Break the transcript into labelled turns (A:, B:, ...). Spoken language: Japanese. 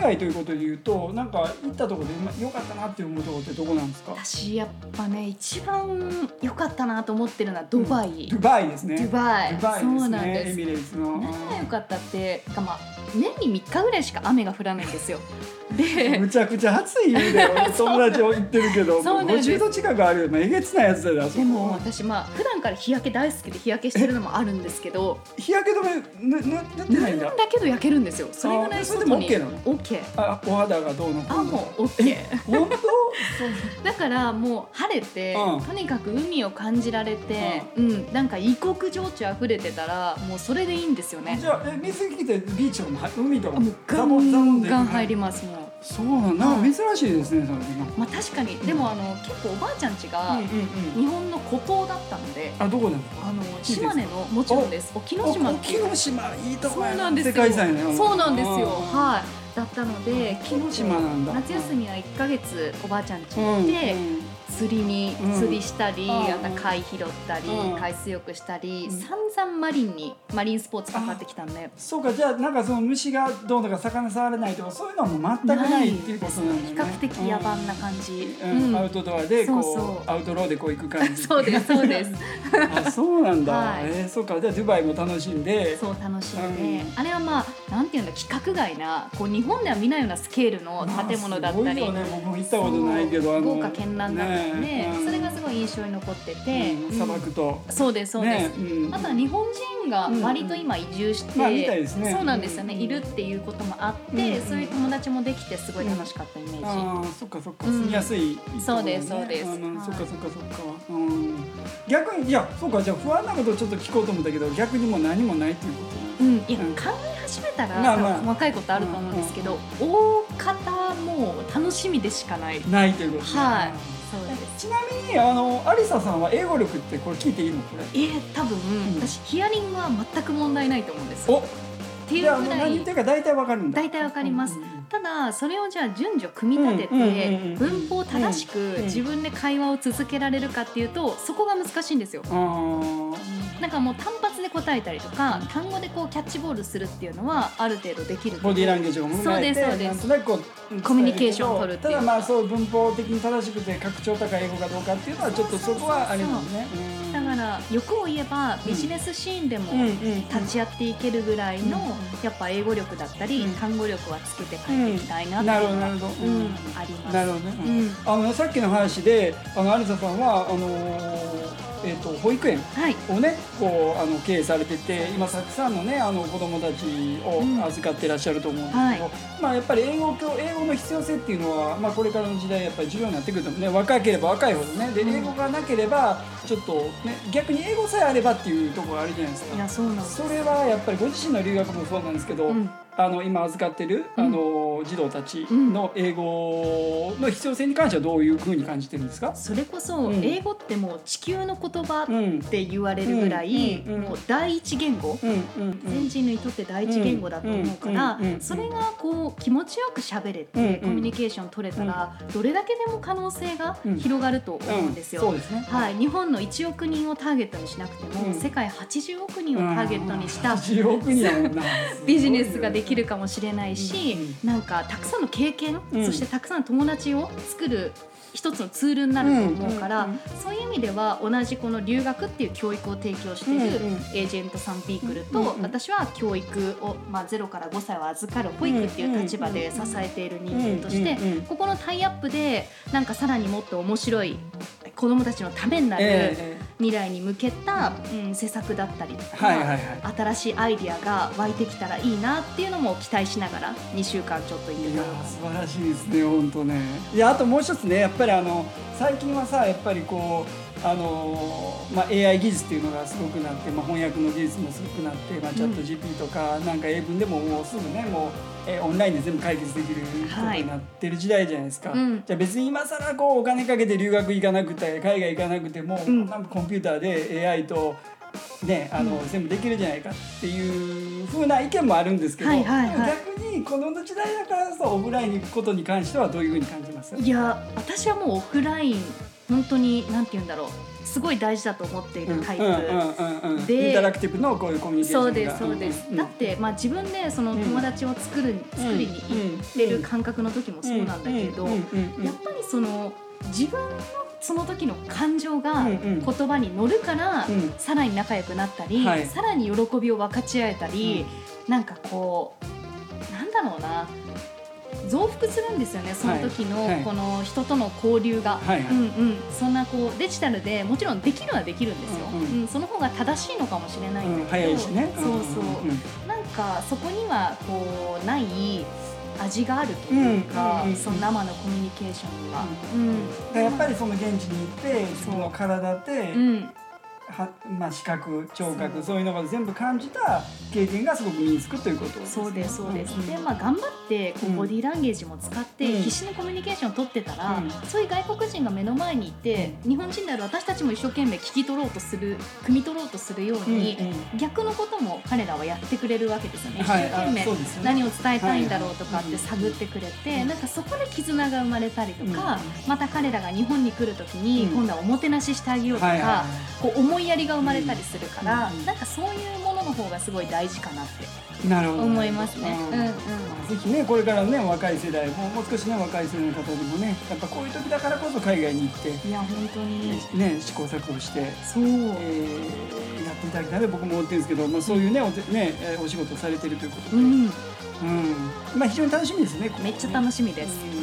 A: 外ということで言うとなんか行ったところで今良かったなって思うところってどこなんですか
B: 私やっぱね一番良かったなと思ってるのはドバイ、
A: ドバイですね
B: ドバイ
A: ドバイで
B: そ
A: す
B: うなん
A: ねエ
B: です
A: ミレーツの
B: 何が良かったってなんかまあ年に3日ぐらいしか雨が降らないんですよで
A: むちゃくちゃ暑い言うで友達を言ってるけど
B: そう
A: も
B: な
A: うん
B: です
A: 50度近くあるようなえげつないやつだよあそこ
B: でも私まあ普段から日焼け大好きで日焼けしてるのもあるんですけど
A: 日焼け止め塗塗って
B: な
A: なんいんだ
B: だけど焼けるんですよそれぐらい
A: あそれ
B: 外
A: で
B: に
A: も OK なの
B: OK
A: あお肌がどうのこうの
B: あもう OK
A: 本当
B: だからもう晴れて、
A: うん
B: とにかく海を感じられて、うんなんか異国情緒あふれてたらもうそれでいいんですよね
A: じゃあえ水着着てビーチとかも海とか
B: あも
A: も
B: うガンガン入
A: り
B: りますもう、
A: そうなんだなんか珍しいですねそれね
B: まあ、確かにでもあの結構おばあちゃん家が
A: うんうんうん
B: 日本の孤島だったので、
A: あどこだ
B: あの島根のもちろんです沖ノ島
A: お
B: っ
A: 沖
B: ていう
A: ノ島いいと
B: そ
A: こ
B: う
A: や
B: なんです
A: 世
B: よ
A: 界遺産やね
B: そうなんですよ
A: あ
B: はいだったので
A: ー沖ノ島なんだ
B: 夏休みは1か月おばあちゃん家
A: うん
B: に行って、
A: うん
B: 釣りに
A: うん
B: 釣りしたり、
A: うん
B: あと貝拾ったり、
A: うん
B: 海水浴したり、
A: うん
B: 散々マリンにマリンスポーツ関わってきたんで
A: そうかじゃあなんかその虫がどうとか魚触れないとかそういうのはもう全くないっていうことなん
B: 比
A: だね
B: 較的野蛮な感じ、
A: う
B: うんん
A: うんアウトドアでこう
B: そうそう
A: アウトローでこう行く感じ
B: そうですそうです
A: あそうなんだ、
B: はい
A: えーそうかじゃあドゥバイも楽しんで
B: そう楽しんで、
A: う
B: あれはまあなんていうんだ規格外なこう日本では見ないようなスケールの建物だったり、
A: まあすごいよね、僕も行ったことないけどあの
B: 豪華絢爛だったんで、
A: ねえうん
B: それがすごい印象に残ってて、
A: うん砂漠と、
B: うんそうですそうです、
A: ねうん
B: あとは日本人が割と今移住して、
A: うんまあみたいですね
B: そうなんですよね、
A: うん
B: いるっていうこともあって、
A: うん
B: そういう友達もできてすごい楽しかったイメージ、
A: ああそっかそっか
B: うん
A: 住みやすい、
B: そうですそうです
A: あの
B: はい
A: そっかそっかそっかうん逆にいやそうかじゃあ不安なことをちょっと聞こうと思ったけど逆にもう何もないっていうこと
B: うんいや
A: うん
B: 考え始めたら、
A: まあまあ
B: 細かいことあると思うんですけど、大方もう楽しみでしかない、
A: ないということね
B: はいそうです
A: ちなみにあのアリサさんは英語力ってこれ聞いていいのこれ
B: えー、多分、
A: ん
B: 私ヒアリングは全く問題ないと思うんですよ
A: お
B: ってい
A: じゃあ
B: う
A: もう
B: ぐら
A: 何言って
B: い
A: るか大体わかるんだ
B: 大体わかります
A: うんうんうん
B: ただそれをじゃあ順序組み立てて、
A: うんうんうんうん
B: 文法を正しく
A: ん
B: 自分で会話を続けられるかっていうとそこが難しいんですよ
A: あ
B: なんかもう単発で答えたりとか単語でこうキャッチボールするっていうのはある程度できる
A: ーボディーランゲージを考えて
B: そうですそうです
A: なんとなくこう
B: コミュニケーションを取るっていう
A: ただまあそう文法的に正しくて格調高い英語かどうかっていうのはちょっとそこはあれなんですね
B: だから欲を言えばビジネスシーンでも
A: うんうんうん
B: 立ち会っていけるぐらいの
A: うん
B: やっぱ英語力だったり
A: うん
B: 単語力はつけて帰っていきたいな
A: な
B: っ
A: る
B: て
A: ほ
B: い
A: ど
B: うの
A: な
B: が
A: るほど、
B: うんあります
A: なるほどね、
B: うん
A: あのさっきの話であの有沙さんはあのーえっ、と保育園
B: はい
A: をねこうあの経営されてて今たくさんのねあの子供たち
B: うん
A: を預かってらっしゃると思うんですけど、
B: はい
A: まあやっぱり英語教英語の必要性っていうのはまあこれからの時代やっぱり重要になってくると思うね若ければ若いほどねで
B: うん
A: 英語がなければちょっとね逆に英語さえあればっていうところがあるじゃないです
B: い
A: か
B: や。そうなんです
A: それはやっぱりご自身の留学もそうなんですけど、
B: うん
A: あの今預かってる、
B: うん
A: あの児童たちの英語の必要性に関してはどういうふうに感じてるんですか、
B: それこ
A: う
B: そ
A: ん
B: 英語ってもう地球の言葉
A: う
B: っ
A: んうん
B: て言われるぐらい
A: うんうんうん
B: もう第一言語
A: うんう
B: 全
A: ん
B: 人類にとって第一言語だと思うか
A: う
B: ら
A: んうんうんうん
B: それがこう気持ちよく喋れ
A: うんう
B: て
A: ん
B: コミュニケーション取れたらどれだけでも可能性が広がると思うんですよ。
A: そうですね、
B: はい、日本の1億人をターゲットにしなくても、
A: うん
B: 世界80億人をターゲットにした
A: 10億人やもんな
B: ビジネスができるかもしれないし、
A: う
B: なんかたくさんの経験、
A: うん
B: そしてたくさんの友達を作る一つのツールになると思うから、
A: うんうん
B: そういう意味では同じこの留学っていう教育を提供してい
A: うん
B: る
A: うん
B: エージェントさんビークルと、
A: うんうん
B: 私は教育を、まあ、0から5歳を預かる保育っていう立場で支えている人間として、
A: うんうんうん
B: ここのタイアップでなんかさらにもっと面白い子どもたちのためになる、
A: えええ
B: 未来に向けた、うん、施策だったりと
A: え
B: か、
A: はいはいはい
B: 新しいアイディアが湧いてきたらいいなっていうのも期待しながら2週間ちょっと行って
A: い
B: も
A: や
B: らい
A: ー
B: ます
A: 素晴らしいですね本当ねいやあともう一つねやっぱりあの最近はさやっぱりこうあのーまあ、AI 技術っていうのがすごくなって、まあ、翻訳の技術もすごくなって、まあ、チャット GP とか、なんか英文でももうすぐねもう、えーオンラインで全部解決できることになってる時代じゃないですか、
B: うん
A: じゃあ別に今更こうお金かけて留学行かなくて海外行かなくても、
B: うん
A: なんかコンピューターで AI とねあの、
B: うん
A: 全部できるじゃないかっていう風な意見もあるんですけど、
B: はいはいはい
A: でも逆にこの時代だからこそオフラインに行くことに関してはどういう風に感じます
B: いや私はもうオフライン本当になんて言うんだろうすごい大事だと思っているタイプ。
A: うんうんうんうん
B: で
A: インタラクティブのこういうコミュニケーシ
B: そ
A: ョ
B: う
A: ン
B: で
A: が
B: すそうです、だって、まあ、自分でその
A: うん
B: 友達を作る、作りに行ってる感覚の時もそうなんだけど、
A: うんうんうん
B: やっぱりその自分のその時の感情
A: う
B: が
A: んうん
B: 言葉に乗るから、
A: うん
B: さらに仲良くなったり、
A: はい
B: さらに喜びを分かち合えたり、なんかこうなんだろうな増幅するんですよねその時
A: はいはい
B: のこの人との交流が、
A: はいはい
B: うんうん、そんなこうデジタルでもちろんできるはできるんですよ、
A: う
B: うんん
A: うん
B: その方が正しいのかもしれない
A: う
B: んだけど、
A: ん、早いしね
B: そうそう、なんかそこにはこうない味があるというか、
A: うんうんうんうん
B: その生のコミュニケーションには、うん
A: うんうん、やっぱりその現地に行って自分の体で、
B: うん、
A: はまあ、視覚聴覚そ
B: そうう
A: いうのが全部感じた経験がすごく身につくということですね
B: そうですそうです、
A: ん
B: でまあ頑張ってこ
A: うん
B: うボディーランゲージも使って
A: うん
B: 必死にコミュニケーションを取ってたら、
A: うん
B: そういう外国人が目の前にいて、日本人である私たちも一生懸命聞き取ろうとする汲み取ろうとするよう
A: うん
B: に、逆のことも彼らはやってくれるわけですよね、
A: はい
B: 一生懸
A: あ
B: 命
A: そうですよね
B: 何を伝えたいんだろうとかっ
A: はい
B: て探ってくれて、
A: うん
B: なんかそこで絆が生まれたりとか、
A: う
B: また彼らが日本に来る時に
A: うん
B: 今度はおもてなししてあげようとか、
A: はいは
B: こう思いやりが生まれたりするから、
A: うん
B: なんかそういうものの方がすごい大事かなって
A: い、なるほど
B: 思いますね。
A: う
B: うんんうん
A: ぜひねこれからのね若い世代ももう少しね若い世代の方でもねやっぱこういう時だからこそ海外に行って、
B: いや本当に
A: ね、試行錯誤して、
B: そう、
A: えーやっていただきたいので僕も思ってるんですけど、まあ、そういうねお手ねえーお仕事をされてるということ
B: う
A: で、
B: ん、
A: うんまあ、非常に楽しみですね
B: めっちゃ楽
A: し
B: しみです。
A: うん